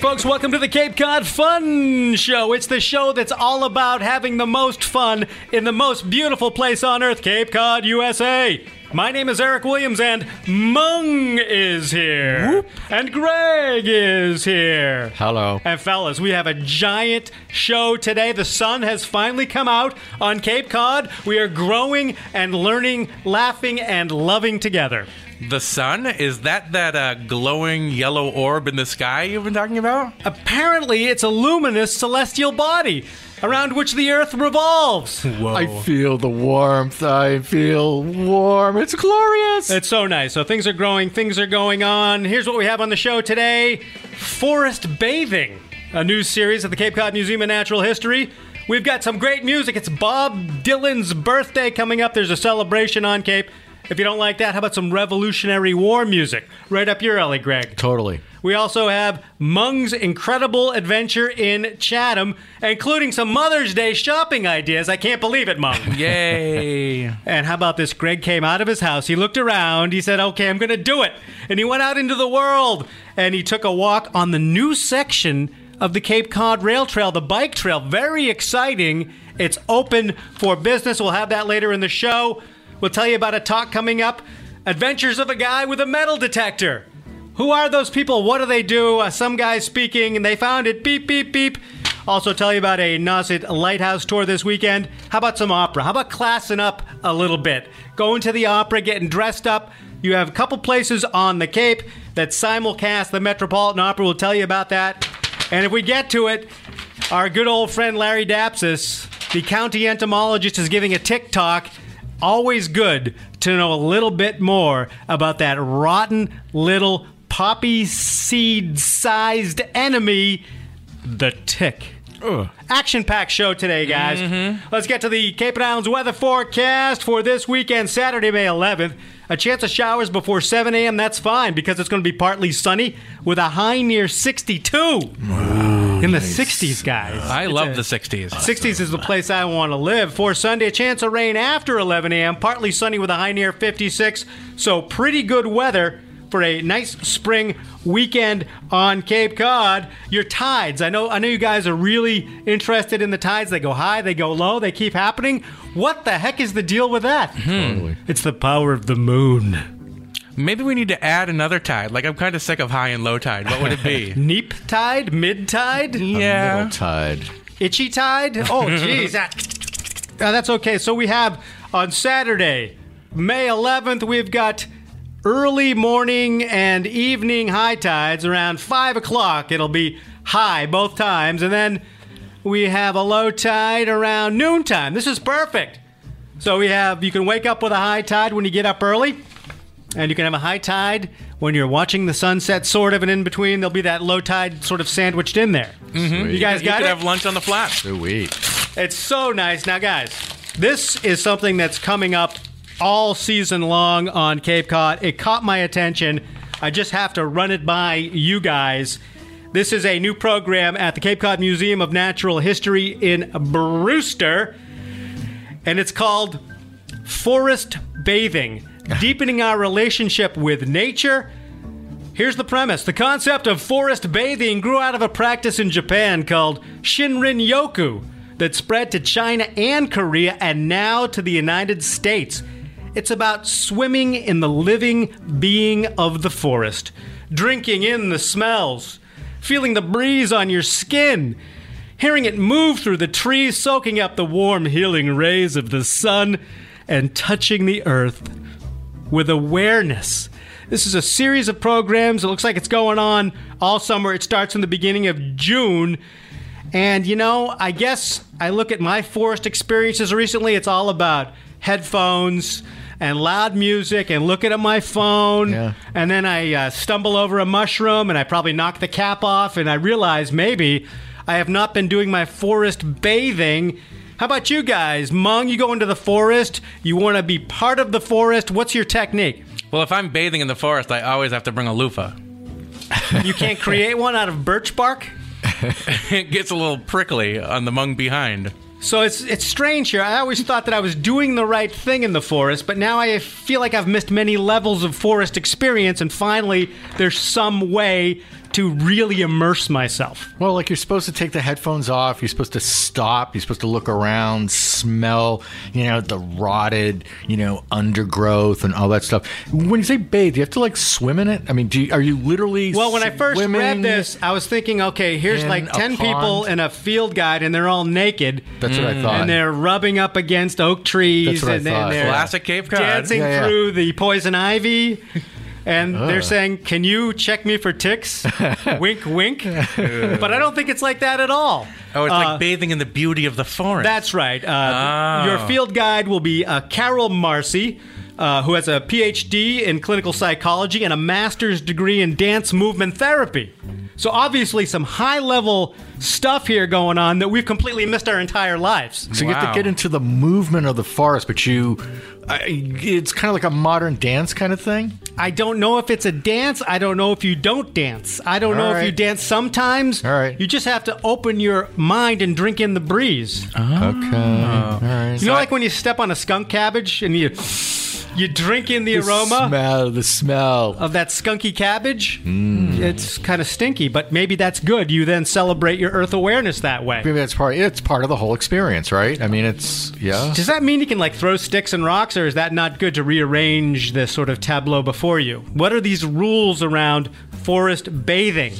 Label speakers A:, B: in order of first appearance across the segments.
A: folks. Welcome to the Cape Cod Fun Show. It's the show that's all about having the most fun in the most beautiful place on earth, Cape Cod, USA. My name is Eric Williams, and Mung is here. And Greg is here.
B: Hello.
A: And fellas, we have a giant show today. The sun has finally come out on Cape Cod. We are growing and learning, laughing and loving together.
B: The sun? Is that that uh, glowing yellow orb in the sky you've been talking about?
A: Apparently, it's a luminous celestial body around which the earth revolves.
C: I feel the warmth. I feel warm. It's glorious.
A: It's so nice. So things are growing, things are going on. Here's what we have on the show today Forest Bathing, a new series at the Cape Cod Museum of Natural History. We've got some great music. It's Bob Dylan's birthday coming up. There's a celebration on Cape. If you don't like that, how about some Revolutionary War music? Right up your alley, Greg.
C: totally.
A: We also have Mung's incredible adventure in Chatham, including some Mother's Day shopping ideas. I can't believe it, Mung.
B: Yay.
A: And how about this? Greg came out of his house. He looked around. He said, Okay, I'm going to do it. And he went out into the world and he took a walk on the new section of the Cape Cod Rail Trail, the bike trail. Very exciting. It's open for business. We'll have that later in the show. We'll tell you about a talk coming up Adventures of a Guy with a Metal Detector. Who are those people? What do they do? Uh, some guy speaking, and they found it. Beep, beep, beep. Also, tell you about a Nauset Lighthouse tour this weekend. How about some opera? How about classing up a little bit? Going to the opera, getting dressed up. You have a couple places on the Cape that simulcast the Metropolitan Opera. We'll tell you about that. And if we get to it, our good old friend Larry Dapsis, the county entomologist, is giving a TikTok. Always good to know a little bit more about that rotten little poppy seed sized enemy, the tick. Action packed show today, guys. Let's get to the Cape and Islands weather forecast for this weekend, Saturday, May 11th. A chance of showers before 7 a.m. That's fine because it's going to be partly sunny with a high near 62 in the 60s, guys.
B: I love the 60s.
A: 60s is the place I want to live. For Sunday, a chance of rain after 11 a.m., partly sunny with a high near 56. So, pretty good weather for a nice spring weekend on Cape Cod. Your tides, I know I know you guys are really interested in the tides. They go high, they go low, they keep happening. What the heck is the deal with that?
C: Totally.
A: It's the power of the moon.
B: Maybe we need to add another tide. Like, I'm kind of sick of high and low tide. What would it be?
A: Neap tide, mid tide?
C: A
B: yeah.
C: little tide.
A: Itchy Tide. Oh, jeez. Ah, ah, that's okay. So we have on Saturday, May 11th, we've got early morning and evening high tides around 5 o'clock. It'll be high both times. And then we have a low tide around noontime. This is perfect. So we have, you can wake up with a high tide when you get up early. And you can have a high tide when you're watching the sunset, sort of, and in between there'll be that low tide sort of sandwiched in there.
C: Sweet.
A: You guys
B: Mm-hmm. You
A: got
B: could
A: it?
B: have lunch on the flats.
C: Sweet.
A: It's so nice. Now, guys, this is something that's coming up all season long on Cape Cod. It caught my attention. I just have to run it by you guys. This is a new program at the Cape Cod Museum of Natural History in Brewster, and it's called Forest Bathing Deepening Our Relationship with Nature. Here's the premise. The concept of forest bathing grew out of a practice in Japan called Shinrin Yoku that spread to China and Korea and now to the United States. It's about swimming in the living being of the forest, drinking in the smells, feeling the breeze on your skin, hearing it move through the trees, soaking up the warm, healing rays of the sun, and touching the earth with awareness. This is a series of programs. It looks like it's going on all summer. It starts in the beginning of June. And you know, I guess I look at my forest experiences recently, it's all about headphones and loud music and looking at my phone.
C: Yeah.
A: And then I uh, stumble over a mushroom and I probably knock the cap off and I realize maybe I have not been doing my forest bathing. How about you guys? Mung, you go into the forest, you want to be part of the forest. What's your technique?
B: Well, if I'm bathing in the forest, I always have to bring a loofah.
A: You can't create one out of birch bark?
B: It gets a little prickly on the mung behind.
A: So it's it's strange here. I always thought that I was doing the right thing in the forest, but now I feel like I've missed many levels of forest experience and finally there's some way to really immerse myself.
C: Well, like you're supposed to take the headphones off. You're supposed to stop. You're supposed to look around, smell, you know, the rotted, you know, undergrowth and all that stuff. When you say bathe, do you have to like swim in it. I mean, do you, are you literally?
A: Well, when I first read
C: swimming?
A: this, I was thinking, okay, here's
C: in
A: like
C: a
A: 10 people
C: pond?
A: and a field guide, and they're all naked.
C: that's what I thought.
A: Mm, and they're rubbing up against oak trees
C: That's what I
A: and then
C: thought.
A: they're
B: Classic Cape Cod.
A: dancing
C: Yeah, yeah.
A: through the poison ivy and they're saying can you check me for ticks wink wink but i don't think it's like that at all
B: Oh, it's
A: Uh,
B: like bathing in the beauty of the forest.
A: that's right. Uh,
B: Oh.
A: Your field guide will be uh, Carol Marcy, uh, who has a PhD in clinical psychology and a master's degree in dance movement therapy. So, obviously, some high level stuff here going on that we've completely missed our entire lives.
C: So you have
B: Wow.
C: to get into the movement of the forest, but you, I, it's kind of like a modern dance kind of thing.
A: I don't know if it's a dance. I don't know if you don't dance. I don't
C: All
A: know if
C: right.
A: you dance sometimes.
C: All right.
A: You just have to open your mind and drink in the breeze.
C: Uh, Okay, all right.
A: you know, like when you step on a skunk cabbage and you you drink in the, aroma
C: smell, the smell.
A: of that skunky cabbage.
C: Mm.
A: It's kind of stinky, but maybe that's good. You then celebrate your Earth awareness that way.
C: Maybe that's part. It's part of the whole experience, right? I mean, it's yeah.
A: Does that mean you can like throw sticks and rocks, or is that not good to rearrange the sort of tableau before you? What are these rules around forest bathing?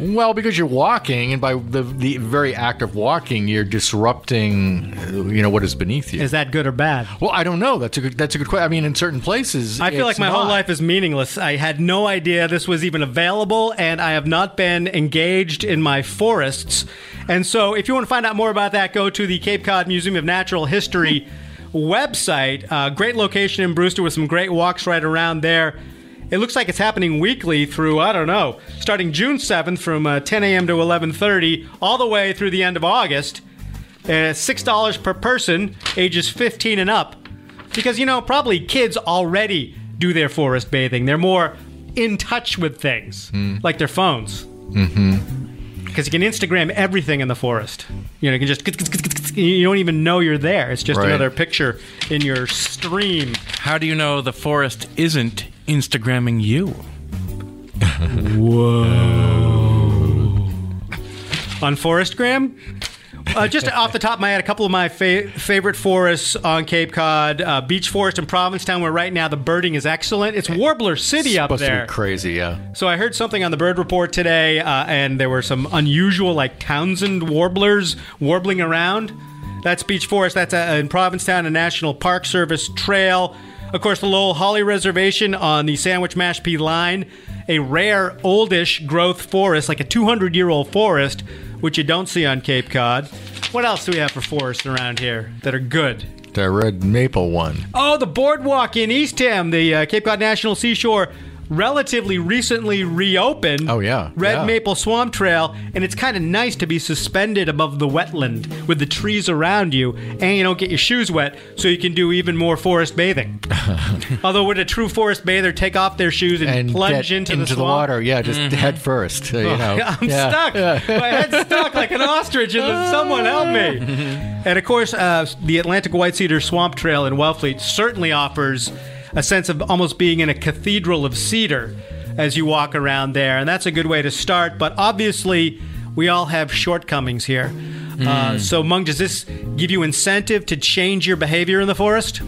C: Well, because you're walking, and by the the very act of walking, you're disrupting, uh, you know, what is beneath you.
A: Is that good or bad?
C: well, I don't know. That's a good. That's a good question. I mean, in certain places,
A: I feel like
C: it's
A: my whole
C: not.
A: life is meaningless. I had no idea this was even available, and I have not been engaged in my forests. And so, if you want to find out more about that, go to the Cape Cod Museum of Natural History website. Uh, great location in Brewster with some great walks right around there. It looks like it's happening weekly through I don't know, starting June seventh from uh, 10 a.m. to 11:30, all the way through the end of August. Uh, Six dollars per person, ages 15 and up. Because, you know, probably kids already do their forest bathing. They're more in touch with things,
C: Hmm.
A: like their phones. Mm-hmm.
C: Mm-hmm.
A: Because you can Instagram everything in the forest. You know, you can just, you don't even know you're there. It's just
C: Right.
A: another picture in your stream.
B: How do you know the forest isn't Instagramming you?
A: on Forestgram. Uh, just off the top of my head, a couple of my fa- favorite forests on Cape Cod, uh, Beach Forest in Provincetown, where right now the birding is excellent. It's Warbler City up
C: supposed
A: there.
C: to be crazy. Yeah,
A: So I heard something on the bird report today, uh, and there were some unusual, like Townsend warblers warbling around. That's Beach Forest. That's uh, in Provincetown, a National Park Service trail. Of course, the Lowell Holly Reservation on the Sandwich Mashpee line, a rare oldish growth forest, like a 200 year old forest, which you don't see on Cape Cod. What else do we have for forests around here that are good?
C: the red maple one.
A: Oh, the boardwalk in Eastham, the uh, Cape Cod National Seashore, relatively recently reopened.
C: Oh, yeah.
A: Red
C: Yeah.
A: Maple Swamp Trail, and it's kind of nice to be suspended above the wetland with the trees around you, and you don't get your shoes wet, so you can do even more forest bathing. Although, would a true forest bather take off their shoes and,
C: And
A: plunge
C: get
A: into,
C: into
A: the,
C: the,
A: swamp? Mm-hmm. Oh,
C: water. Yeah, just head first. You know.
A: I'm
C: Yeah.
A: stuck. My head's stuck like an ostrich. And someone help me. and of course, uh, the Atlantic White Cedar Swamp Trail in Wellfleet certainly offers a sense of almost being in a cathedral of cedar as you walk around there. And that's a good way to start. But obviously, we all have shortcomings here.
C: Mm.
A: Uh, so, Mung, does this give you incentive to change your behavior in the forest?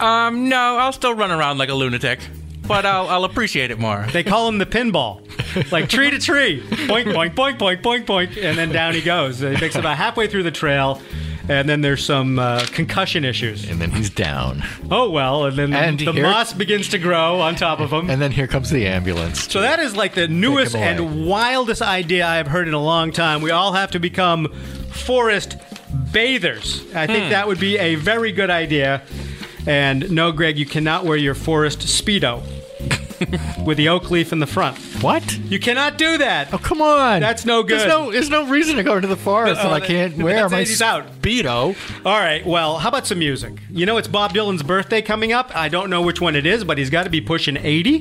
B: Um, no, I'll still run around like a lunatic, but I'll, I'll appreciate it more.
A: They call him the pinball. Like tree to tree. Boink, boink, boink, boink, boink, boink. And then down he goes. He makes it about halfway through the trail. And then there's some uh, concussion issues.
C: And then he's down.
A: Oh, well. And then the,
C: And
A: the
C: here-
A: moss begins to grow on top of him.
C: And then here comes the ambulance.
A: so that is like the newest
C: away.
A: and wildest idea I have heard in a long time. We all have to become forest bathers. I think that would be a very good idea. And no, Greg, you cannot wear your forest Speedo with the oak leaf in the front.
C: What?
A: You cannot do that.
C: Oh, come on.
A: That's no good.
C: There's no, there's no reason to go into the forest
A: No,
C: and I
A: that-
C: can't wear
A: that's
C: my
A: 80s out.
C: speedo.
A: All right. Well, how about some music? You know, it's Bob Dylan's birthday coming up. I don't know which one it is, but he's got to be pushing 80.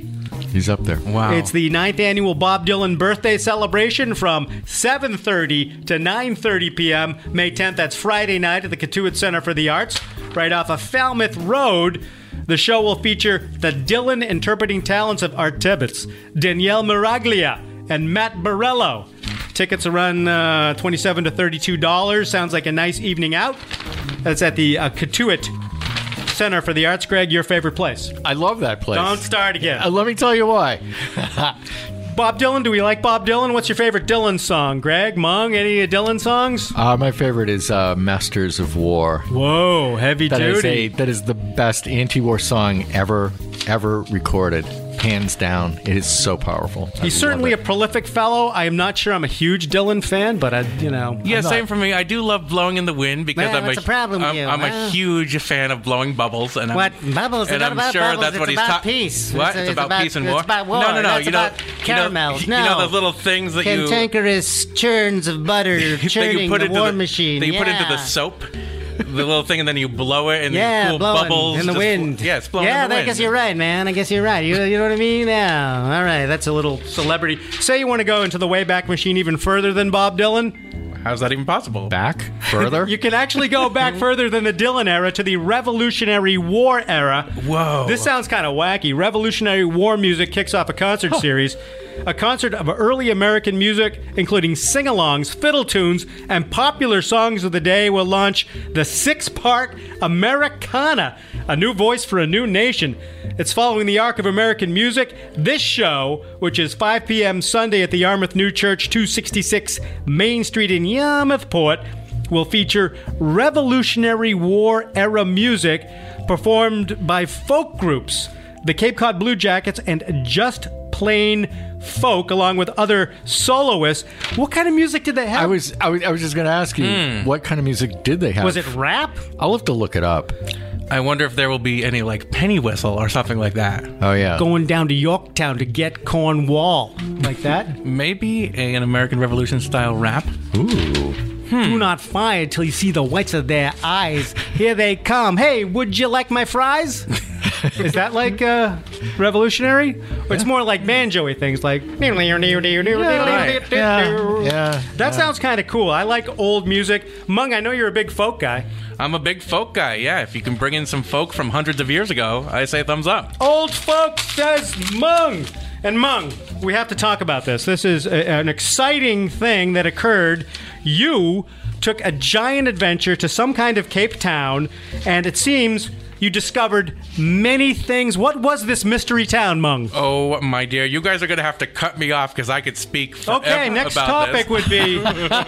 C: He's up there.
B: Wow.
A: It's the ninth annual Bob Dylan birthday celebration from 7:30 to 9:30 p.m. May 10th. That's Friday night at the Katuit Center for the Arts, right off of Falmouth Road. The show will feature the Dylan interpreting talents of Art Tibbetts, Danielle Miraglia, and Matt Barello. Tickets are run uh, 27 to $32. Sounds like a nice evening out. That's at the uh, Katuit Center for the Arts. Greg, your favorite place.
C: I love that place.
A: Don't start again.
C: Uh, let me tell you why.
A: Bob Dylan, do we like Bob Dylan? What's your favorite Dylan song? Greg, Mung, any Dylan songs?
C: Uh, my favorite is uh, Masters of War.
A: Whoa, heavy
C: That is a
A: duty.
C: that is the best anti-war song ever ever recorded, hands down. It is so powerful. I love
A: He's certainly a
C: it.
A: prolific fellow. I am not sure I'm a huge Dylan fan, but I, you know.
B: Yeah,
A: I'm not-
B: same for me. I do love blowing in the wind because
A: Well,
B: I'm
A: what's
B: a
A: the problem with
B: I'm,
A: you,
B: I'm
A: huh?
B: a huge fan of blowing bubbles and I'm,
A: What? Bubbles? It's
B: And
A: not
B: I'm
A: about
B: sure
A: bubbles,
B: that's what
A: it's
B: he's
A: about
B: ta-
A: peace.
B: What?
A: It's-
B: It's,
A: it's
B: about,
A: about-
B: peace and
A: it's
B: war.
A: about war.
B: No, no, no.
A: That's
B: you know,
A: about
B: you know-
A: caramels.
B: You know,
A: No.
B: those little things that you
A: Cantankerous churns of butter
B: that you
A: churning
B: put
A: the
B: into
A: war
B: the,
A: machine.
B: That you
A: yeah.
B: put into the soap. The little thing, and then you blow it, and
A: Yeah,
B: cool
A: blowing
B: bubbles
A: in the
B: just-
A: wind.
B: Yeah, it's blowing
A: yeah,
B: in the
A: I
B: wind.
A: guess you're right, man. I guess you're right. You, you know what I mean? Yeah. All right, that's a little celebrity. Say you want to go into the Wayback Machine even further than Bob Dylan.
B: How's that even possible?
C: back further.
A: You can actually go back further than the Dylan era to the Revolutionary War era.
B: Whoa!
A: This sounds kind of wacky. Revolutionary War music kicks off a concert series, a concert of early American music, including sing alongs, fiddle tunes, and popular songs of the day, will launch the six part Americana, a new voice for a new nation. It's following the arc of American music. This show, which is 5 p.m. Sunday at the Yarmouth New Church, 266 Main Street in Yarmouthport, will feature Revolutionary War era music performed by folk groups, the Cape Cod Blue Jackets, and Just Plain Folk, along with other soloists. What kind of music did they have?
C: I was, I was I was just going to ask you
B: Hmm.
C: what kind of music did they have?
A: was it rap?
C: I'll have to look it up.
B: I wonder if there will be any like penny whistle or something like that.
C: Oh yeah.
A: Going down to Yorktown to get Cornwall, like that.
B: Maybe a- an American Revolution style rap.
C: Ooh. Hmm.
A: Do not fire till you see the whites of their eyes. Here they come. Hey, would you like my fries? Is that like uh, revolutionary? Or it's more like banjoy things, like.
C: right. Yeah, yeah,
A: That sounds kind of cool. I like old music. Mung, I know you're a big folk guy.
B: I'm a big folk guy. Yeah, if you can bring in some folk from hundreds of years ago, I say thumbs up.
A: Old folk says Mung. And Mung, we have to talk about this. This is a, an exciting thing that occurred. You took a giant adventure to some kind of Cape Town, and it seems you discovered many things. What was this mystery town, Mung?
B: Oh my dear, you guys are gonna have to cut me off because I could speak. Forever
A: Okay, next
B: about
A: topic
B: This.
A: would be.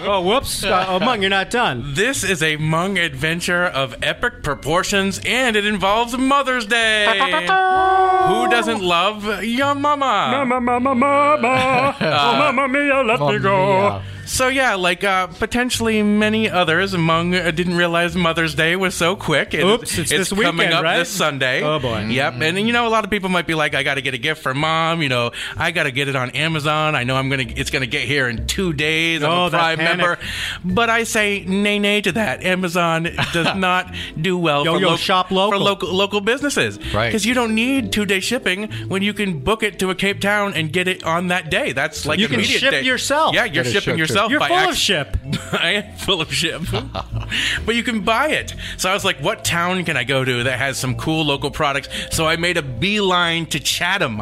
A: oh, whoops. Uh, oh, Mung, you're not done.
B: This is a Hmong adventure of epic proportions, and it involves Mother's Day. Who doesn't love your mama?
A: mama, mama. oh, mama mia, let
C: Mamma mia.
B: So yeah, like uh, potentially many others among uh, didn't realize Mother's Day was so quick. It-
A: Oops, it's this
B: coming
A: weekend,
B: up
A: right?
B: this Sunday.
A: Oh, boy.
B: Yep, and you know a lot of people might be like, I got to get a gift for mom. You know, I got to get it on Amazon. I know I'm gonna it's gonna get here in two days. I'm
A: Oh,
B: a
A: that
B: Prime
A: panic.
B: member, but I say nay nay to that. Amazon does not do well
A: Yo,
B: for
A: yo, shop local.
B: for local local businesses,
C: Right.
B: Because you don't need two day shipping when you can book it to a Cape Town and get it on that day. That's like
A: You can
B: immediate
A: ship
B: day.
A: yourself.
B: Yeah, you're
C: That is
B: shipping
C: so true.
B: yourself.
A: You're
B: by
A: full of
B: acc-
A: ship.
B: I am full of ship. but you can buy it. So I was like, what town can I go to that has some cool local products? So I made a beeline to Chatham,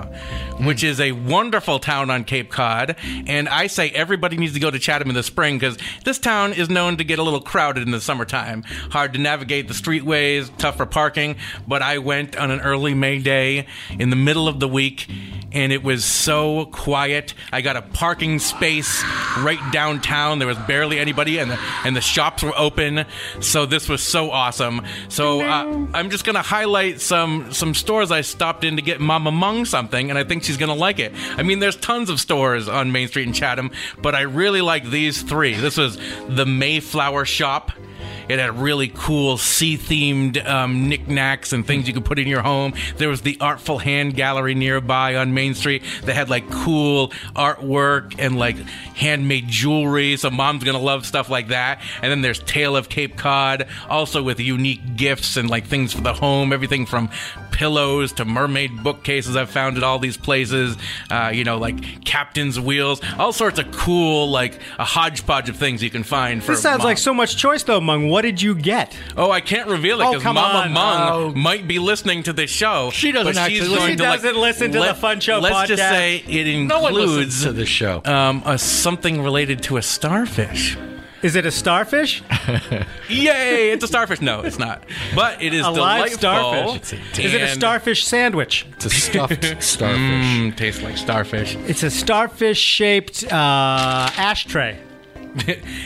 B: which is a wonderful town on Cape Cod. And I say everybody needs to go to Chatham in the spring because this town is known to get a little crowded in the summertime. Hard to navigate the streetways, tough for parking. But I went on an early May day in the middle of the week. And it was so quiet. I got a parking space right downtown. There was barely anybody, and the, and the shops were open. So this was so awesome. So uh, I'm just gonna highlight some some stores I stopped in to get Mama Mung something, and I think she's gonna like it. I mean, there's tons of stores on Main Street in Chatham, but I really like these three. This was the Mayflower Shop. It had really cool sea themed um, knickknacks and things you could put in your home. There was the Artful Hand Gallery nearby on Main Street that had like cool artwork and like handmade jewelry. So mom's gonna love stuff like that. And then there's Tale of Cape Cod, also with unique gifts and like things for the home, everything from pillows to mermaid bookcases I've found at all these places. Uh, you know, like captain's wheels, all sorts of cool, like a hodgepodge of things you can find for
A: This sounds
B: mom.
A: like so much choice, though, Mung. What did you get?
B: Oh, I can't reveal it
A: Oh,
B: because
A: come
B: Mama
A: on.
B: Mung
C: Oh.
B: might be listening to this show.
C: She doesn't
B: but she's
C: actually listen.
B: going
A: She
B: to, like,
A: doesn't listen to the
B: let-
A: Fun Show
B: Let's just
A: podcast.
B: say it includes
C: No one listens to this show.
B: Um, a, something related to a starfish.
A: Is it a starfish?
B: Yay! It's a starfish. No, it's not. But it is
A: A live
B: delightful.
A: starfish? Is it a
B: and-
A: starfish sandwich?
C: It's a stuffed starfish.
B: Mm, tastes like starfish.
A: It's a starfish shaped uh, ashtray.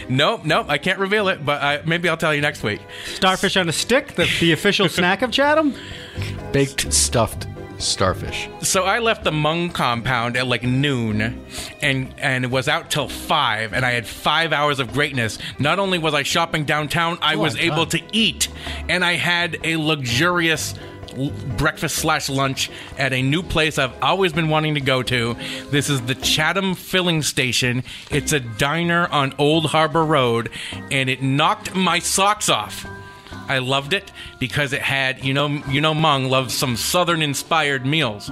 B: nope, nope. I can't reveal it, but I, maybe I'll tell you next week.
A: Starfish on a stick, the, the official snack of Chatham?
B: Hmm.
C: Baked stuffed starfish.
B: So I left the Hmong compound at like noon, and and was out till five, and I had five hours of greatness. Not only was I shopping downtown, I was
C: my
B: able
C: God.
B: to eat, and I had a luxurious l- breakfast slash lunch at a new place I've always been wanting to go to. This is the Chatham Filling Station. It's a diner on Old Harbor Road, and it knocked my socks off. I loved it because it had, you know, you know, Hmong loves some Southern-inspired meals.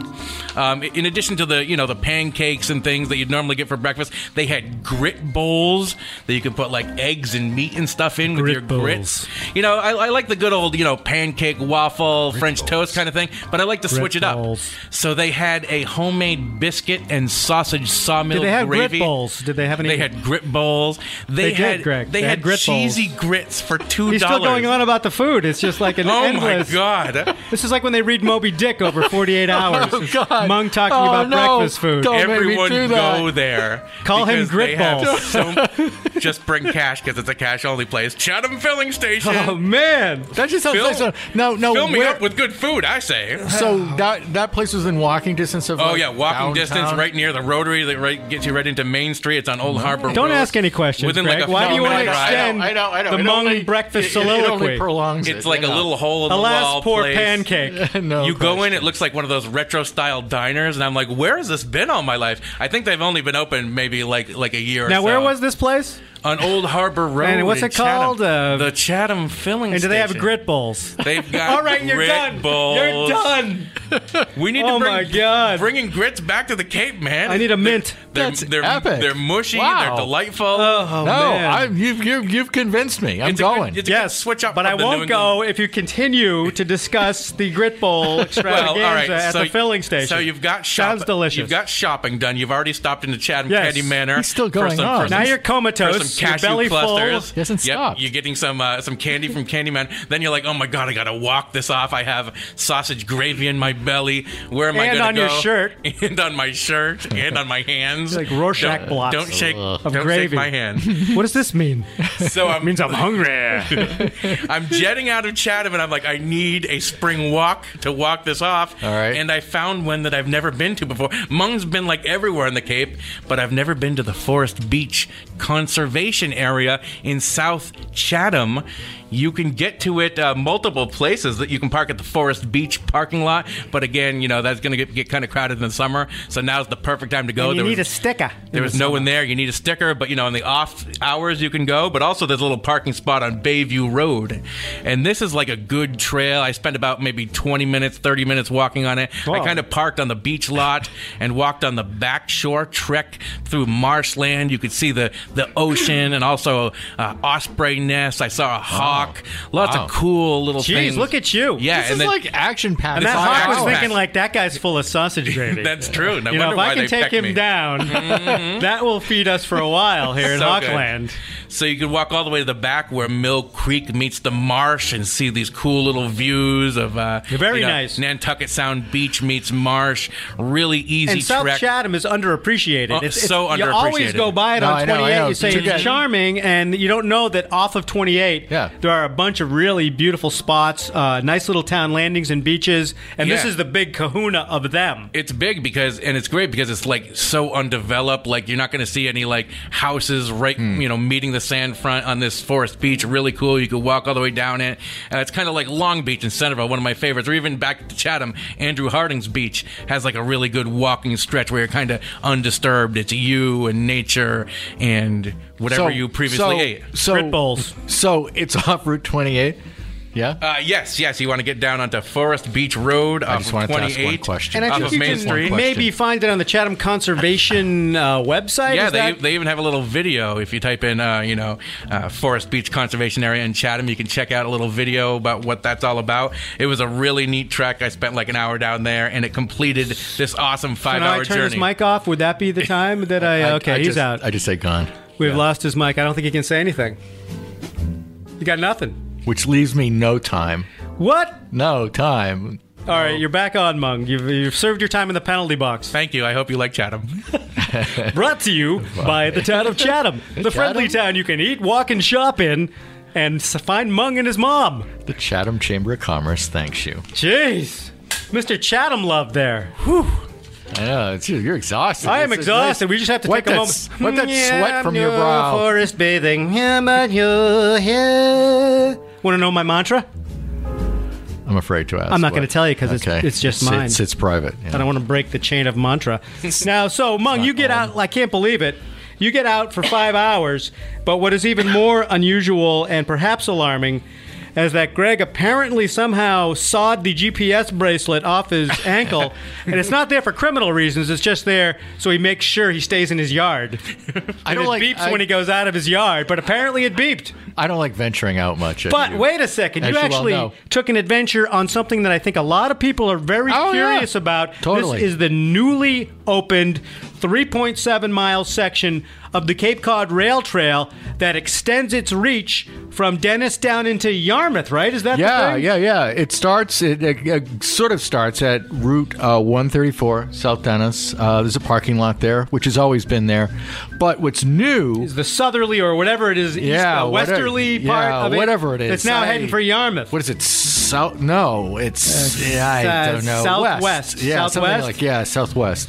B: Um, in addition to the, you know, the pancakes and things that you'd normally get for breakfast, they had grit bowls that you could put like eggs and meat and stuff in with
A: Grit
B: your
A: bowls.
B: grits. You know, I, I like the good old, you know, pancake, waffle, French toast kind of thing, but I like to switch it up.
A: bowls.
B: So they had a homemade biscuit and sausage sawmill
A: Did they have
B: gravy.
A: grit bowls? Did they have any?
B: They had grit bowls. They,
A: They did,
B: had
A: Greg.
B: They,
A: They
B: had,
A: had grit bowls.
B: cheesy grits for two
A: He's
B: dollars.
A: still going on about the food. It's just like an
B: Oh
A: endless.
B: my god.
A: This is like when they read Moby Dick over 48 hours.
C: Oh, God.
A: Mung talking
C: Oh,
A: about
C: no.
A: breakfast food.
C: Don't- make me
B: Everyone
C: do that.
B: go there.
A: Call him
B: because
A: Grit
B: they have
A: Balls.
B: so- just bring cash because it's a cash only place. Chatham Filling Station.
A: Oh man!
C: That just sounds
B: Fill-
C: like some, no, no.
B: Fill me
C: where-
B: up with good food, I say.
C: so that that place was in walking distance of.
B: Oh
C: like,
B: yeah, walking distance,
C: downtown?
B: right near the rotary that right, gets you right into Main Street. It's on Old Harbor.
A: Don't
B: Road.
A: ask any questions,
B: Within
A: Greg.
B: like a
A: Why do you want
B: want
A: to extend
C: I know, I know.
A: the
C: It
A: Hmong
C: only-
A: breakfast
C: it- It,
A: soliloquy?
C: only prolongs
B: It's
C: it,
B: like
C: you
B: a
C: know.
B: little hole in the
A: Alas,
B: wall.
A: poor
B: place.
A: pancake.
C: No
B: you go in,
C: question.
B: it looks like one of those retro style diners, and I'm like, where has this been all my life? I think they've only been open maybe like like a year. or
A: now, where
B: so.
A: was this place?
B: on Old Harbor Road?
A: And what's
B: in
A: it called?
B: Chatham.
A: Uh,
B: the Chatham Filling.
A: And do they have
B: Station.
A: grit bowls?
B: They've got
A: All right, you're
B: grit
A: done.
B: Balls.
A: You're done.
B: We need
A: Oh
B: to bring
A: my God.
B: bringing grits back to the Cape, man.
A: I need a mint.
B: They're,
C: That's
B: they're,
C: epic.
B: They're mushy.
C: Wow.
B: They're delightful.
A: Oh,
C: No,
A: man.
C: I'm, you've, you've you've convinced me. I'm
B: It's a good-
C: going.
B: it's a good
A: yes,
B: switch up.
A: but
B: from
A: I
B: the New
A: won't
B: England-
A: go if you continue to discuss the grit bowl extravaganza at the filling station.
B: So you've got shop,
A: sounds delicious.
B: You've got shopping done. You've already stopped into Chatham
A: Yes.
B: Candy Manor.
C: He's still
B: for
C: going
B: some-
C: on.
B: for some-
A: now you're
B: for
A: comatose,
B: some
A: your
B: cashew
A: belly
B: clusters.
A: full.
C: He hasn't
B: Yep,
C: stopped.
B: You're getting some uh, some candy from Candyman. Then you're like, oh my god, I gotta walk this off. I have sausage gravy in my belly. Where am I
A: And
B: gonna
A: on your
B: go?
A: shirt.
B: and on my shirt, and on my hands.
A: Like Rorschach
B: don't,
A: blocks
B: Don't shake.
A: of
B: don't shake
A: gravy.
B: my hand.
A: What does this mean?
B: So I'm
A: means I'm hungry.
B: I'm jetting out of Chatham, and I'm like, I need a spring walk to walk this off.
C: All right.
B: And I found one that I've never been to before. Hmong's been like everywhere in the Cape, but I've never been to the Forest Beach Conservation Area in South Chatham. You can get to it uh, multiple places that you can park at the Forest Beach parking lot. But again, you know, that's going to get, get kind of crowded in the summer. So now's the perfect time to go.
A: you
B: There
A: need a
B: was-
A: sticker.
B: there was no one there. You need a sticker, but you know, in the off hours you can go. But also, there's a little parking spot on Bayview Road, and this is like a good trail. I spent about maybe 20 minutes, 30 minutes walking on it.
A: Wow.
B: I kind of parked on the beach lot and walked on the back shore trek through marshland. You could see the the ocean and also uh, osprey nests. I saw a hawk. Lots
C: Wow.
B: of cool little
A: Jeez,
B: things.
A: look at you.
B: Yeah,
C: this
B: and
C: is
B: then-
C: like action packed.
A: And that
B: It's
A: hawk
B: all
A: was
B: out.
A: thinking like that guy's full of sausage gravy.
B: that's true. No
A: you know,
B: wonder
A: if
B: why
A: I can
B: they
A: take
B: pecked
A: him
B: me. Mm-hmm.
A: down, that will feed us for a while here in
B: So good.
A: Hawkland.
B: So you could walk all the way to the back where Mill Creek meets the marsh and see these cool little views of uh,
A: Very
B: you know,
A: nice.
B: Nantucket Sound Beach meets marsh. Really easy
A: And South
B: trek.
A: Chatham is underappreciated.
B: Oh,
A: it's,
B: so
A: it's- You always
B: underappreciated.
A: go by it
C: No,
A: on
C: I know, I
A: 28.
C: know.
A: You say
C: It's
A: it's
C: okay.
A: charming, and you don't know that off of 28,
C: Yeah.
A: there are a bunch of really beautiful spots, uh, nice little town landings and beaches, and this
B: Yeah.
A: is the big kahuna of them.
B: it's big because and it's great because it's like so undeveloped like you're not going to see any like houses right
C: Hmm.
B: you know meeting the sand front on this forest beach really cool you could walk all the way down it uh, it's kind of like long beach in centerville one of my favorites or even back to chatham andrew harding's beach has like a really good walking stretch where you're kind of undisturbed it's you and nature and whatever you previously
C: so,
B: ate
C: So,
A: Grit bowls. Oh,
C: So it's off Route 28. Yeah.
B: Uh, yes, yes. You want to get down onto Forest Beach Road
C: I
B: off
C: just
B: of
C: wanted to ask
B: 28.
C: one question.
A: And I
B: off
A: think
B: of
A: you
B: Main
A: can
B: Street.
C: One
A: maybe find it on the Chatham Conservation uh, website.
B: Yeah,
A: is
B: they,
A: that-
B: they even have a little video. If you type in, uh, you know, uh, Forest Beach Conservation Area in Chatham, you can check out a little video about what that's all about. It was a really neat trek. I spent like an hour down there, and it completed this awesome
A: Can I
B: five-hour
A: turn
B: journey.
A: his mic off? Would that be the time that I?
C: I-
A: okay,
C: I
A: he's
C: just-
A: out.
C: I just say gone.
A: We've lost his mic. I don't think he can say anything. You got nothing.
C: Which leaves me no time.
A: What?
C: No time.
A: All right, you're back on, Mung. You've, you've served your time in the penalty box.
B: Thank you. I hope you like Chatham.
A: Brought to you by the town of Chatham, the friendly
C: Chatham?
A: town you can eat, walk, and shop in, and s- find Mung and his mom.
C: The Chatham Chamber of Commerce thanks you.
A: Jeez, Mr. Chatham love there. Whew.
C: I know. It's, you're exhausted.
A: I am
C: It's- it's
A: exhausted.
C: nice.
A: We just have to
C: Wipe
A: take a
C: that
A: moment. Hmm, Mm,
C: s- Wipe that sweat from your brow.
A: Forest bathing. Want to know my mantra?
C: I'm afraid to ask.
A: I'm not
C: what.
A: gonna tell you 'cause it's- it's just
C: It's-
A: mine.
C: It's, it's private. yeah.
A: I don't want to break the chain of mantra. now, so Mung, you get out. I can't believe it. You get out for five hours. But what is even more unusual and perhaps alarming is that Greg apparently somehow sawed the GPS bracelet off his ankle, and it's not there for criminal reasons. It's just there so he makes sure he stays in his yard.
C: I don't
A: it
C: like.
A: beeps
C: I,
A: when he goes out of his yard, but apparently it beeped.
C: I don't like venturing out much. as
A: But
C: you-
A: wait a second,
C: as
A: you
C: well
A: actually
C: know.
A: took an adventure on something that I think a lot of people are very
C: Oh, yeah.
A: curious about.
C: Totally.
A: This is the newly opened 3.7 mile section of the Cape Cod Rail Trail that extends its reach from Dennis down into Yarmouth, right? Is that the
C: Yeah,
A: thing?
C: yeah, yeah. It starts. It, it, it sort of starts at Route uh, 134, South Dennis. Uh, there's a parking lot there, which has always been there. But what's new?
A: The southerly or whatever it is, east-
C: Yeah,
A: uh,
C: whatever-
A: westerly part
C: yeah,
A: of it.
C: whatever it is.
A: It's now
C: I-
A: heading for Yarmouth.
C: What is it? South? No, it's yeah, I
A: uh,
C: don't know.
A: southwest.
C: West. Yeah, something
A: Southwest?
C: like yeah, southwest.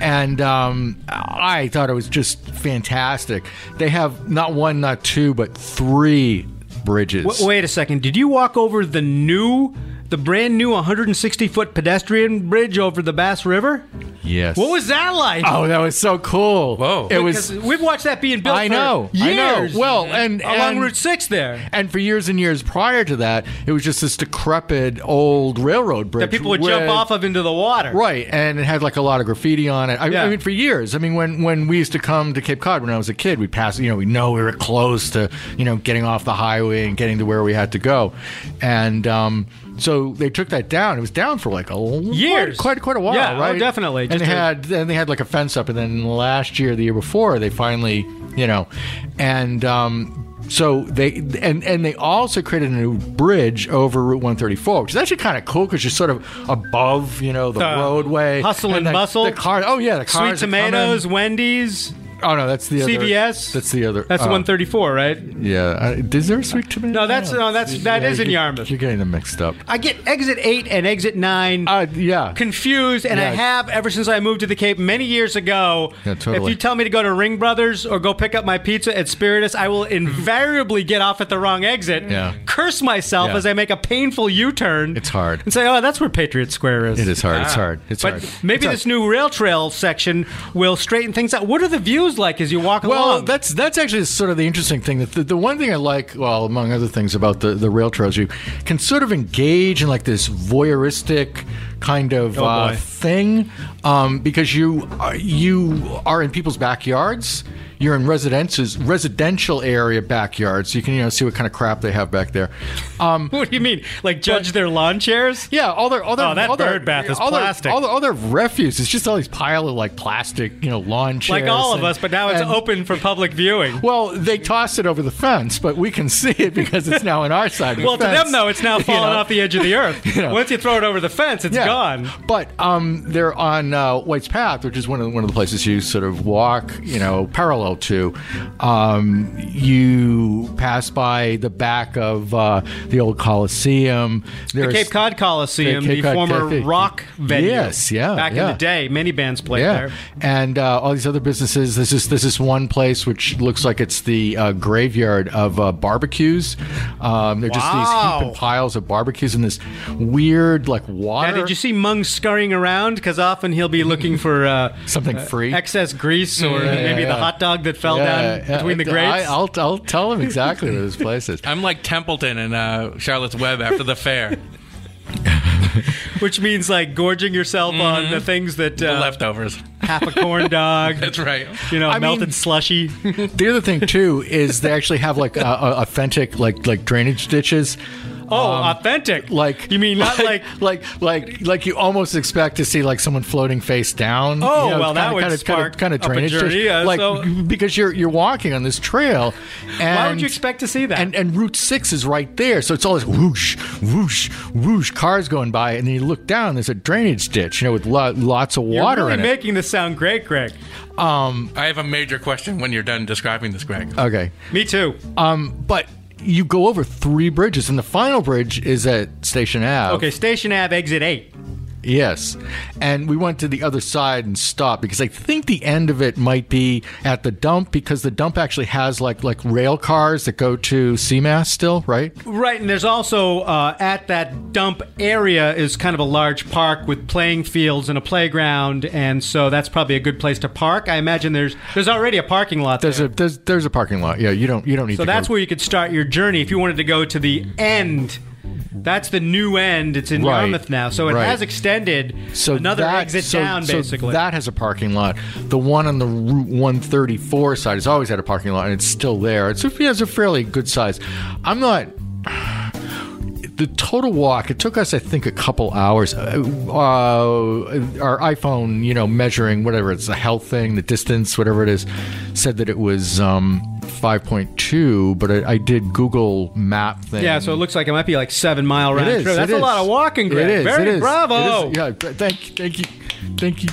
C: And um, I thought it was just fantastic. They have not one, not two, but three bridges.
A: W- wait a second. Did you walk over the new, the brand new 160 foot pedestrian bridge over the Bass River?
C: Yes.
A: What was that like?
C: Oh, that was so cool.
B: Whoa.
C: It was.
A: Because we've watched that being built.
C: I know.
A: For years.
C: I know. Well, and
A: along
C: and-
A: Route Six there.
C: And for years and years prior to that, it was just this decrepit old railroad bridge
A: That people would jump
C: with-
A: off of into the water.
C: Right, and it had like a lot of graffiti on it. I,
A: Yeah.
C: I mean, for years. I mean, when when we used to come to Cape Cod when I was a kid, we passed. You know, we know we were close to you know getting off the highway and getting to where we had to go, and um, so they took that down. It was down for like a l-
A: Years.
C: quite quite a while.
A: Yeah, oh,
C: right?
A: definitely.
C: And
A: Just
C: they
A: a-
C: had and they had like a fence up, and then last year, the year before, they finally you know, and. Um, so they and and they also created a new bridge over Route 134, which is actually kind of cool because you're sort of above, you know, the
A: The
C: roadway,
A: hustle and
C: the,
A: bustle.
C: The car, oh yeah,
A: Sweet
C: the cars. are coming.
A: Tomatoes, Wendy's,
C: Oh no, that's the other-
A: CVS.
C: That's the other.
A: That's
C: oh,
A: 134, right?
C: Yeah, I, is there a sweet tomato?
A: No, that's-
C: I don't-
A: no, that's- that
C: yeah,
A: is in
C: you're-
A: Yarmouth.
C: You're getting them mixed up.
A: I get exit eight and exit nine.
C: Uh, yeah,
A: Confused, and I
C: Yeah.
A: have ever since I moved to the Cape many years ago.
C: Yeah, totally.
A: If you tell me to go to Ring Brothers or go pick up my pizza at Spiritus, I will invariably get off at the wrong exit.
C: Yeah.
A: Curse myself
C: Yeah.
A: as I make a painful U-turn.
C: It's hard.
A: And say, "Oh, that's where Patriot Square is."
C: it is hard. It's hard. It's
A: Ah. But
C: hard.
A: maybe
C: It's
A: this new rail trail section will straighten things out. What are the views like as you walk
C: Well,
A: along?
C: that's that's actually sort of the interesting thing. That the, the one thing I like, well, among other things about the the rail trails, you can sort of engage in like this voyeuristic kind of
A: Oh,
C: uh,
A: boy.
C: thing um, because you are, you are in people's backyards. You're in residences, residential area backyards. You can you know see what kind of crap they have back there. Um,
A: what do you mean? Like judge their lawn chairs?
C: yeah, all their all their
A: Oh, that
C: all their-
A: bird bath is
C: all their-
A: plastic.
C: all, their, all their refuse is just all these pile of like plastic, you know, lawn chairs.
A: Like all of
C: and-
A: us, but now it's
C: and-
A: open for public viewing.
C: well, they tossed it over the fence, but we can see it because it's now on our side of
A: Well,
C: the
A: to
C: fence.
A: them though, it's now falling
C: know?
A: off the edge of the earth.
C: know.
A: Once you throw it over the fence, it's
C: Yeah.
A: gone.
C: But um, they're on uh, White's Path, which is one of the, one of the places you sort of walk, you know, parallel to. Um, you pass by the back of uh, the old Coliseum.
A: The
C: There's-
A: Cape Cod Coliseum,
C: The
A: the,
C: Cape Cod
A: former
C: Cafe.
A: rock venue.
C: Yes, yeah,
A: Back in
C: yeah.
A: the day, many bands played
C: yeah,
A: there.
C: and uh, all these other businesses. This is this is one place which looks like it's the uh, graveyard of uh, barbecues. Um, they're just these heap
A: Wow.
C: and piles of barbecues in this weird like
A: Now,
C: water.
A: did you see Mung scurrying around because often he'll be looking for uh,
C: Something free.
A: excess grease or uh, maybe the
C: yeah.
A: hot dog that fell down between the grapes.
C: I, will I'll tell him exactly where this place is.
B: I'm like Templeton in uh, Charlotte's Web after the fair.
A: which means like gorging yourself on the things that
B: the
A: uh,
B: leftovers.
A: half a corn dog,
B: That's right.
A: you know,
C: I mean-
A: melted slushy.
C: The other thing too is they actually have like uh, uh, authentic like like drainage ditches.
A: Oh, authentic.
C: um, Like
A: you mean not like.
C: like like like like you almost expect to see like someone floating face down.
A: Oh,
C: you
A: well, that would
C: kind of,
A: spark
C: kind of
A: up a
C: drainage ditch.
A: journey, yeah,
C: like
A: so-
C: because you're you're walking on this trail. And,
A: Why would you expect to see that?
C: And and Route Six is right there, so it's all this whoosh whoosh whoosh cars going by, and then you look down. There's a drainage ditch, you know, with lo- lots of
A: You're
C: water
A: really
C: in it.
A: making this sound great, Greg.
B: I have a major question when you're done describing this, Greg.
C: Okay.
A: Me too.
C: Um, but you go over three bridges, and the final bridge is at Station Ave.
A: Okay, Station Ave, exit eight.
C: Yes. And we went to the other side and stopped because I think the end of it might be at the dump because the dump actually has like like rail cars that go to Seamass still, right?
A: Right, and there's also uh, at that dump area is kind of a large park with playing fields and a playground, and so that's probably a good place to park. I imagine there's there's already a parking lot
C: There's
A: there.
C: a there's there's a parking lot. Yeah, you don't you don't need
A: so
C: to
A: that's
C: go-
A: where you could start your journey if you wanted to go to the end. That's the new end. It's in
C: Right,
A: Yarmouth now, so it
C: right.
A: has extended
C: so
A: another
C: that-
A: exit
C: so-
A: down,
C: so
A: basically.
C: that has a parking lot. The one on the Route 134 side has always had a parking lot, and it's still there. It's a, yeah, it's a fairly good size. I'm not. The total walk. It took us, I think, a couple hours. Uh, uh, our iPhone, you know, measuring whatever it's a health thing, the distance, whatever it is, said that it was um, 5.2. But I, I did Google Map thing.
A: yeah, so it looks like it might be like seven mile round
C: It is.
A: trip. That's
C: it
A: a
C: is.
A: lot of walking, Greg.
C: It is.
A: Very
C: it is.
A: bravo.
C: It is. Yeah. th- Thank you. Thank you. Thank you.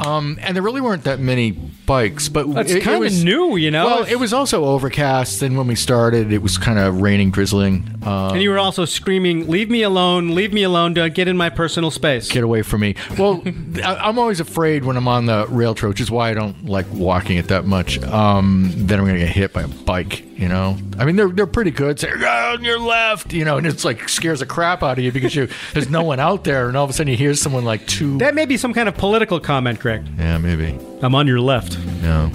C: Um, and there really weren't that many bikes, but
A: That's
C: it- it
A: kinda
C: was-
A: new, you know?
C: Well, it was also overcast, and when we started, it was kind of raining, drizzling. Uh,
A: And you were also screaming, "Leave me alone! Leave me alone! Don't get in my personal space."
C: get away from me. Well, I, I'm always afraid when I'm on the rail trail, which is why I don't like walking it that much. Um, then I'm going to get hit by a bike, you know? I mean, they're, they're pretty good. Say, "Go on your left, you know, and it's like scares the crap out of you because you there's no one out there, and all of a sudden you hear someone like two.
A: That may be some kind of political comment, Greg.
C: yeah, maybe.
A: I'm on your left.
C: No.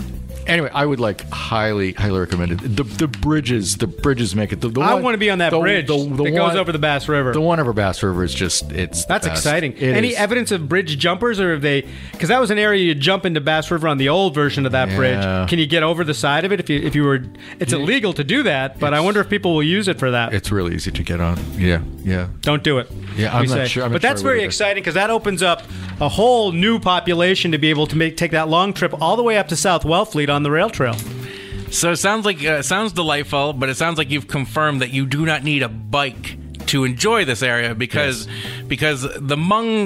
C: Anyway, I would like highly, highly recommend it. The the bridges, the bridges make it. The, the
A: I
C: one-
A: want to be on that
C: the-
A: bridge
C: the- the
A: that goes
C: one-
A: over the Bass River.
C: The one over Bass River is just it's. the
A: That's
C: best.
A: exciting.
C: It
A: Any
C: is.
A: evidence of bridge jumpers, or have they? Because that was an area you jump into Bass River on the old version of that
C: Yeah.
A: bridge. Can you get over the side of it if you if you were? It's illegal to do that, but I wonder if people will use it for that.
C: It's really easy to get on. Yeah, yeah.
A: Don't do it.
C: Yeah,
A: we
C: I'm not sure- I'm not
A: but
C: sure
A: that's
C: I would
A: very
C: either.
A: exciting because that opens up a whole new population to be able to make take that long trip all the way up to South Wellfleet on the rail trail.
B: So it sounds like uh, it sounds delightful, but it sounds like you've confirmed that you do not need a bike to enjoy this area because because the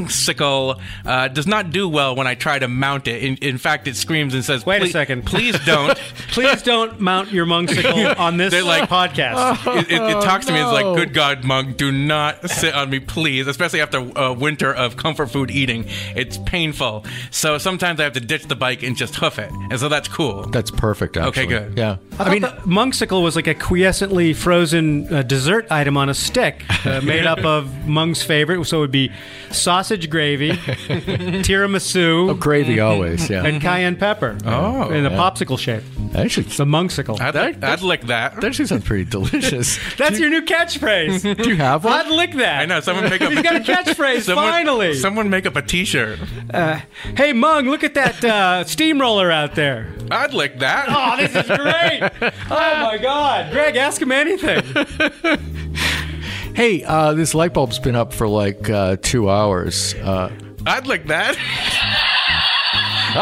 B: mungsicle uh, does not do well when I try to mount it. In, in fact, it screams and says,
A: Wait a
B: "Please-
A: second."
B: please don't."
A: Please don't mount your mungsicle on this
B: They're like-
C: Ah.
A: podcast.
B: It, it, it talks to me. It's
C: no.
A: Oh,
B: like, good God, Mung, do not sit on me, please. Especially after a winter of comfort food eating, it's painful. So sometimes I have to ditch the bike and just hoof it, and so that's cool.
C: That's perfect. Actually.
B: good.
C: Yeah.
A: I, mean, mungsicle was like a quiescently frozen uh, dessert item on a stick, uh, made up of Mung's favorite. So it would be sausage gravy, tiramisu,
C: Gravy always. Yeah.
A: Mm-hmm. and cayenne pepper. in
B: Oh,
A: a
C: Oh, mm-hmm. yeah.
A: popsicle shape.
C: Actually,
A: The mungsicle.
B: I'd,
C: That-
B: like, I'd like that.
C: that actually sounds pretty delicious.
A: That's your new catchphrase.
C: Do you have
A: I'd
C: one?
A: lick that.
B: I know someone make up.
A: He's got a catchphrase,
B: Someone-
A: finally. Uh,
B: someone make up a T-shirt.
A: Hey, Mung, look at that uh, steamroller out there.
B: I'd like that.
A: Oh, this is great. Oh, my God. Greg, ask him anything.
C: Hey, uh, this light bulb's been up for like uh, two hours. Uh,
B: I'd like that.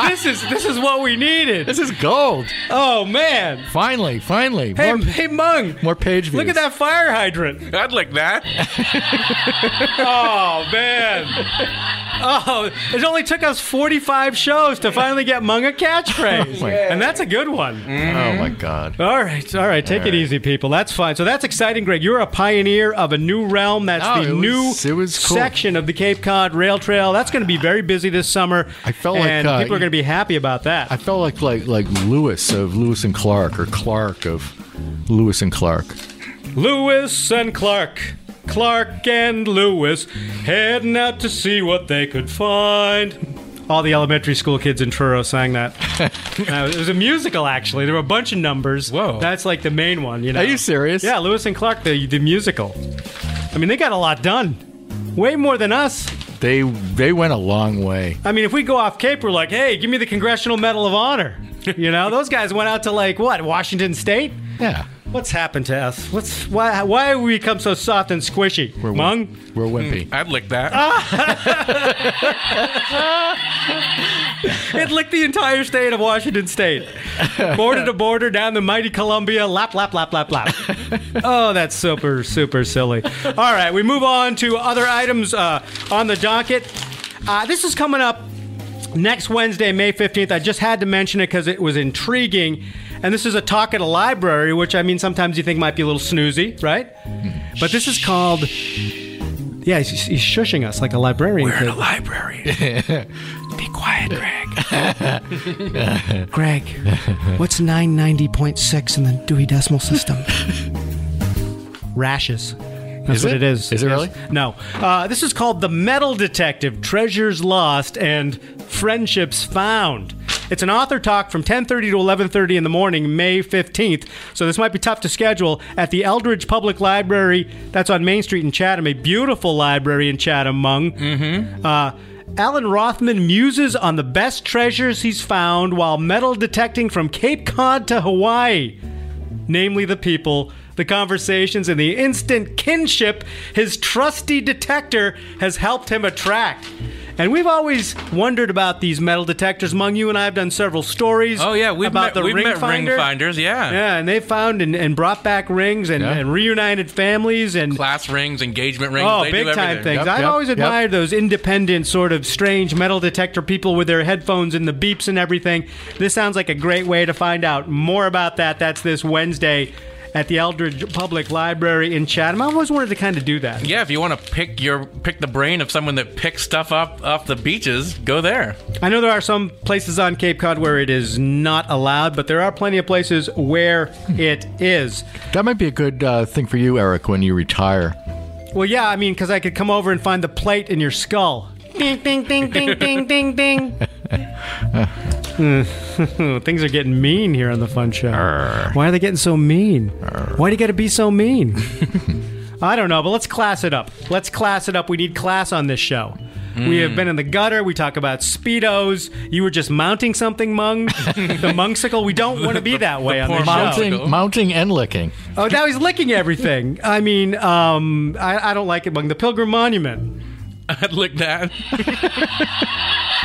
A: This is this is what we needed.
C: this is gold.
A: Oh, man.
C: Finally, finally,
A: Hey,
C: more,
A: hey Mung,
C: more page views.
A: look at that fire hydrant.
B: I'd like that.
A: Oh, man. Oh, it only took us 45 shows to finally get Mung a catchphrase.
C: Oh, my-
A: and that's a good one.
C: Oh my God.
A: All right, all right, take it easy, people. That's fine. So that's exciting, Greg. You're a pioneer of a new realm. That's
C: No,
A: the
C: it was-
A: new
C: it was cool.
A: section of the Cape Cod Rail Trail. That's going to be very busy this summer.
C: I felt like,
A: and
C: uh,
A: people are going to be happy about that.
C: I felt like like like Lewis of Lewis and Clark or Clark of Lewis and Clark.
A: Lewis and Clark. Clark and Lewis heading out to see what they could find. All the elementary school kids in Truro sang that. Uh, it was a musical, actually. There were a bunch of numbers.
B: Whoa.
A: That's like the main one, you know.
C: Are you serious?
A: Yeah, Lewis and Clark, the, the musical. I mean, they got a lot done. Way more than us.
C: They they went a long way.
A: I mean, if we go off Cape, we're like, hey, give me the Congressional Medal of Honor. You know, those guys went out to like what Washington State.
C: Yeah.
A: What's happened to us? What's why? Why have we become so soft and squishy?
C: We're
A: Mung,
C: wim- We're wimpy.
B: I'd lick that.
A: Ah. it licked the entire state of Washington State, border to border, down the mighty Columbia. Lap, lap, lap, lap, lap. oh, that's super, super silly. All right, we move on to other items uh, on the docket. Uh, this is coming up next Wednesday, May 15th. I just had to mention it because it was intriguing. And this is a talk at a library, which I mean, sometimes you think might be a little snoozy, right? But this is called. Yeah, he's, he's shushing us like a librarian.
B: We're in
A: could.
B: a library. Be quiet, Greg.
A: Greg, what's 990.6 in the Dewey Decimal System? Rashes. That's
C: Is
A: what
C: it?
A: it is.
C: Is it
A: Yes.
C: really?
A: No. Uh, this is called The Metal Detective Treasures Lost and Friendships Found. It's an author talk from 10:30 to 11:30 in the morning, May 15th. So this might be tough to schedule at the Eldridge Public Library. That's on Main Street in Chatham, a beautiful library in Chatham, Mung. Uh, Alan Rothman muses on the best treasures he's found while metal detecting from Cape Cod to Hawaii, namely the people, the conversations, and the instant kinship his trusty detector has helped him attract. And we've always wondered about these metal detectors. Among you and I have done several stories.
B: Oh yeah, we've
A: about
B: met,
A: the
B: we've
A: ring
B: met
A: finder.
B: ring finders. Yeah.
A: Yeah, and they found and, and brought back rings and,
C: Yeah.
A: and reunited families and
B: Class rings, engagement rings.
A: Oh,
B: they
A: big
B: do
A: time
B: everything.
A: things.
C: Yep,
A: I've
C: yep,
A: always
C: yep.
A: admired those independent, sort of strange metal detector people with their headphones and the beeps and everything. This sounds like a great way to find out more about that. That's this Wednesday at the Eldridge Public Library in Chatham. I always wanted to kind of do that.
B: Yeah, if you want to pick your pick the brain of someone that picks stuff up off the beaches, go there.
A: I know there are some places on Cape Cod where it is not allowed, but there are plenty of places where it is.
C: That might be a good uh, thing for you, Eric, when you retire.
B: Oh,
A: Well, yeah, I mean, because I could come over and find the plate in your skull. Ding, ding, ding, ding, ding, ding, ding. Mm. Things are getting mean here on the Fun Show. Why are they getting so mean? Why do you got to be so mean? I don't know, but let's class it up. Let's class it up. We need class on this show. We have been in the gutter. We talk about speedos. You were just mounting something, Mung. the Mungsicle. We don't want to be that way on
B: poor
A: this show.
B: Mung.
C: Mounting,
B: go.
C: mounting, and licking.
A: Oh, now he's licking everything. I mean, um, I, I don't like it. Among the Pilgrim Monument,
B: I'd lick that.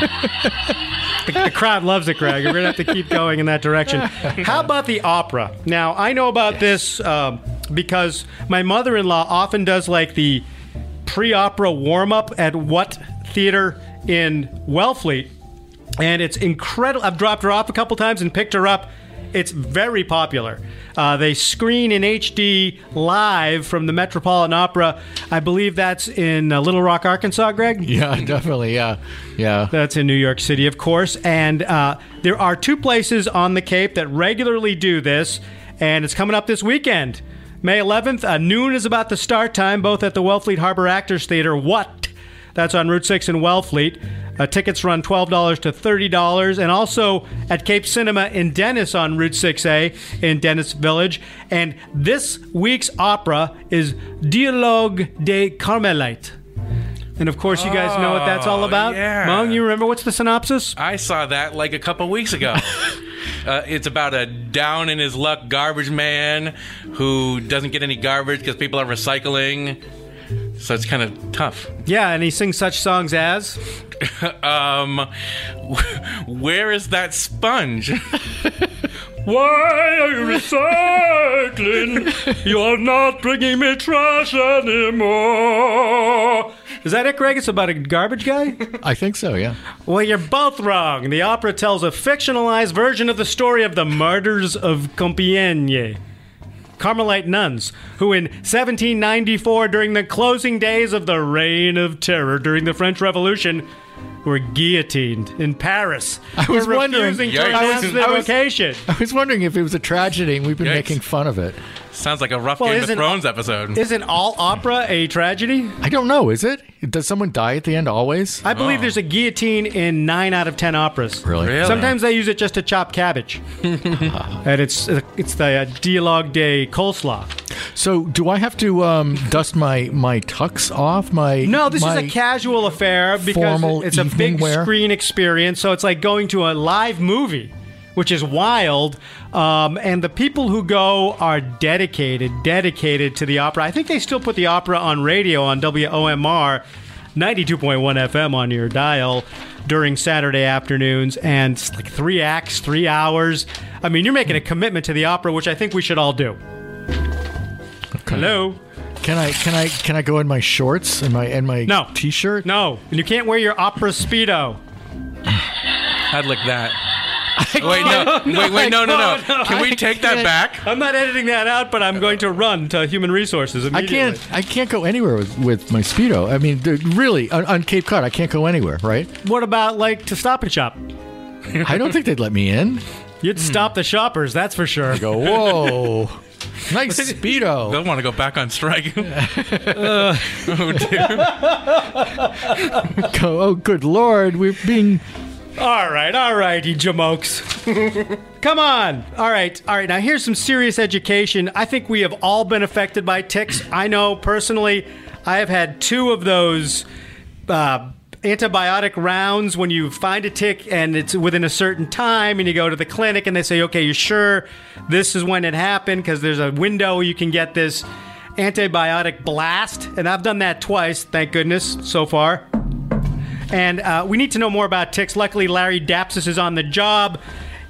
A: the, the crowd loves it, Greg. We're gonna have to keep going in that direction. How about the opera? Now I know about this um, because my mother-in-law often does like the pre-opera warm-up at what theater in Wellfleet, and it's incredible. I've dropped her off a couple times and picked her up. It's very popular. Uh, they screen in HD live from the Metropolitan Opera. I believe that's in uh, Little Rock, Arkansas, Greg?
C: Yeah, definitely. Yeah, yeah.
A: That's in New York City, of course. And uh, there are two places on the Cape that regularly do this, and it's coming up this weekend. May 11th, uh, noon is about the start time, both at the Wellfleet Harbor Actors Theater. What? That's on Route 6 in Wellfleet. Uh, tickets run $12 to $30, and also at Cape Cinema in Dennis on Route 6A in Dennis Village. And this week's opera is Dialogue des Carmelites. And of course, you guys know what that's all
B: Oh,
A: about.
B: yeah.
A: Mung, you remember what's the synopsis?
B: I saw that like a couple weeks ago. uh, it's about a down in his luck garbage man who doesn't get any garbage because people are recycling. So it's kind of tough.
A: Yeah, and he sings such songs as
B: um, where is that sponge? Why are you recycling? You're not bringing me trash anymore.
A: Is that it, Greg? It's about a garbage guy?
C: I think so. Yeah.
A: well, you're both wrong. The opera tells a fictionalized version of the story of the martyrs of Compiègne. Carmelite nuns, who in 1794, during the closing days of the Reign of Terror during the French Revolution, were guillotined in Paris.
C: I was
A: for
C: wondering.
A: refusing to
B: Yikes.
A: announce
C: I was-
A: their
C: I was-
A: location.
C: I was wondering if it was a tragedy and we've been
B: Yikes.
C: making fun of it.
B: Sounds like a rough
A: Well,
B: Game of
A: isn't-
B: Thrones episode.
A: Isn't all opera a tragedy?
C: I don't know, is it? Does someone die at the end always?
A: I believe there's a guillotine in nine out of ten operas.
C: Really?
B: Really?
A: Sometimes they use it just to chop cabbage, and it's it's the uh, dialogue day coleslaw.
C: So do I have to um, dust my my tux off? My
A: No, this
C: my-
A: is a casual affair because
C: formal
A: it's a
C: evening
A: big
C: wear?
A: screen experience. So it's like going to a live movie, which is wild. Um, and the people who go are dedicated, dedicated to the opera. I think they still put the opera on radio on WOMR 92.1 FM on your dial during Saturday afternoons. And it's like three acts, three hours. I mean, you're making a commitment to the opera, which I think we should all do. Hello?
C: Can I can I can I go in my shorts and my and my
A: No.
C: t-shirt?
A: No. And you can't wear your opera Speedo.
B: I'd lick that. Wait, no. Wait, wait, no, no, no.
A: no,
B: Can we
C: I
B: take that
C: can't.
B: back?
A: I'm not editing that out, but I'm going to run to human resources
C: I
A: immediately.
C: can't. I can't go anywhere with, with my speedo. I mean, dude, really, on, on Cape Cod, I can't go anywhere, right?
A: What about like to Stop and Shop?
C: I don't think they'd let me in.
A: You'd stop the shoppers, that's for sure.
C: Go, whoa, nice speedo.
B: They'll want to go back on strike. oh, dear.
C: Go, oh, good lord, we're being.
A: All right, all right, you jamokes. Come on. All right, all right. Now here's some serious education. I think we have all been affected by ticks. I know personally, I have had two of those uh, antibiotic rounds when you find a tick and it's within a certain time, and you go to the clinic and they say, okay, you're sure this is when it happened because there's a window you can get this antibiotic blast. And I've done that twice, thank goodness, so far. And uh, we need to know more about ticks. Luckily, Larry Dapsis is on the job.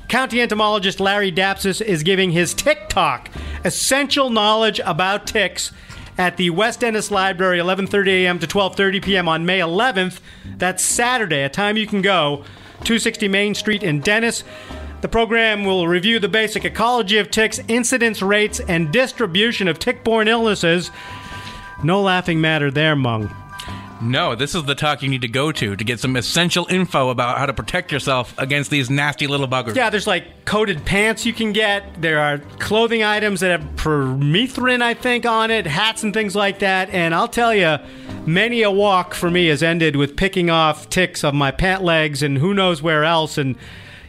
A: County entomologist Larry Dapsis is giving his Tick Talk, essential knowledge about ticks, at the West Ennis Library, 11:30 a.m. to 12:30 p.m. on May 11th. That's Saturday, a time you can go, 260 Main Street in Dennis. The program will review the basic ecology of ticks, incidence rates, and distribution of tick-borne illnesses. No laughing matter there, Mung.
B: No, this is the talk you need to go to to get some essential info about how to protect yourself against these nasty little buggers.
A: Yeah, there's like coated pants you can get. There are clothing items that have permethrin, I think, on it, hats and things like that. And I'll tell you, many a walk for me has ended with picking off ticks of my pant legs and who knows where else. And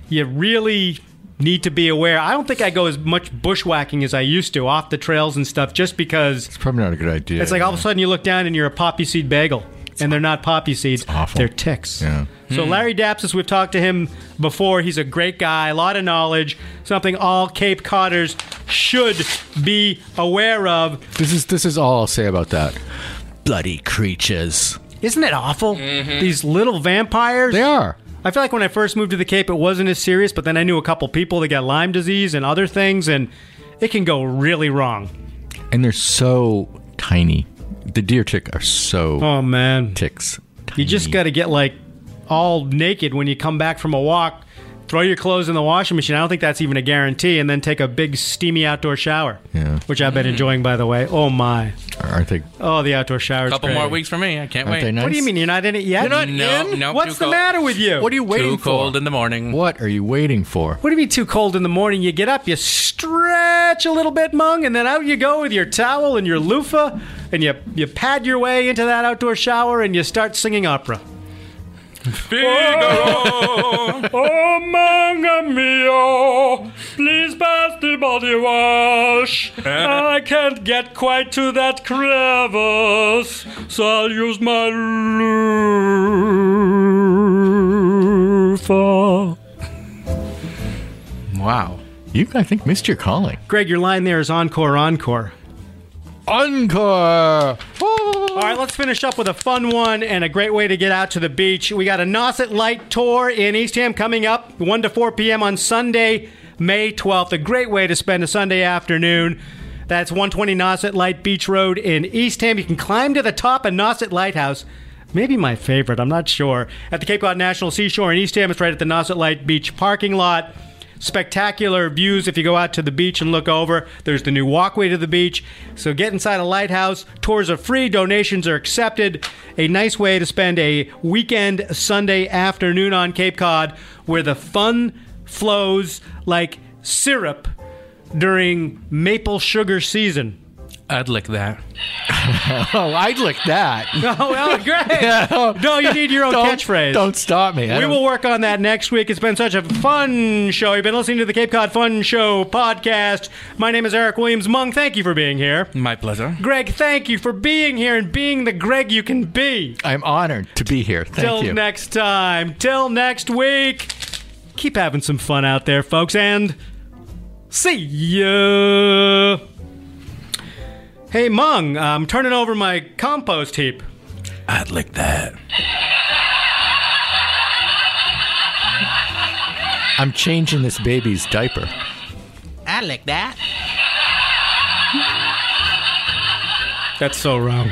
A: you really need to be aware. I don't think I go as much bushwhacking as I used to off the trails and stuff just because
C: It's probably not a good idea.
A: it's like all of a sudden you look down and you're a poppy seed bagel. and they're not poppy seeds.
C: awful.
A: They're ticks.
C: Yeah.
A: So Larry Dapsis, we've talked to him before. He's a great guy, a lot of knowledge, something all Cape Codders should be aware of.
C: This is this is all I'll say about that. Bloody creatures.
A: Isn't it awful? These little vampires.
C: They are.
A: I feel like when I first moved to the Cape, it wasn't as serious, but then I knew a couple people that got Lyme disease and other things, and it can go really wrong.
C: and they're so tiny. The deer tick are so
A: Oh, man.
C: ticks.
A: You just got to get like all naked when you come back from a walk. Throw your clothes in the washing machine. I don't think that's even a guarantee. And then take a big steamy outdoor shower,
C: Yeah.
A: which I've been enjoying, by the way. Oh my!
C: Aren't they?
A: Oh, the outdoor shower.
B: A couple more weeks for me. I can't
C: Aren't they
B: wait.
C: nice?
A: What do you mean you're not in it yet? You're
B: not No, in? no,
A: What's
B: too
A: the
B: cold.
A: matter with you?
C: What are you waiting
B: Too cold
C: for?
B: in the morning.
C: What are you waiting for?
A: What do you mean too cold in the morning? You get up, you stretch a little bit, Mung, and then out you go with your towel and your loofah, and you you pad your way into that outdoor shower, and you start singing opera. Oh, manga mio, please pass the body wash. I can't get quite to that crevice, so I'll use my loofah.
B: Wow.
C: You, I think, missed your calling.
A: Greg, your line there is encore, encore.
C: Encore.
A: All right, let's finish up with a fun one and a great way to get out to the beach. We got a Nauset Light tour in Eastham coming up, 1 to 4 p.m. on Sunday, May 12th. A great way to spend a Sunday afternoon. That's 120 Nauset Light Beach Road in Eastham. You can climb to the top of Nauset Lighthouse. Maybe my favorite, I'm not sure. At the Cape Cod National Seashore in Eastham, it's right at the Nauset Light Beach parking lot. spectacular views if you go out to the beach and look over. There's the new walkway to the beach. So get inside a lighthouse. Tours are free, donations are accepted. A nice way to spend a weekend Sunday afternoon on Cape Cod where the fun flows like syrup during maple sugar season.
B: I'd lick that.
C: Oh, I'd lick that.
A: Oh, well, great. No, you need your own
C: Don't-
A: catchphrase.
C: Don't stop me. I
A: We
C: don't-
A: will work on that next week. It's been such a fun show. You've been listening to the Cape Cod Fun Show podcast. My name is Eric Williams Mung. Thank you for being here.
B: My pleasure.
A: Greg, thank you for being here and being the Greg you can be.
C: I'm honored to be here. Thank
A: Till
C: you.
A: next time. Till next week. Keep having some fun out there, folks, and see ya. Hey, Mung, I'm turning over my compost heap.
B: I'd lick that.
C: I'm changing this baby's diaper.
D: I like that.
A: That's so wrong.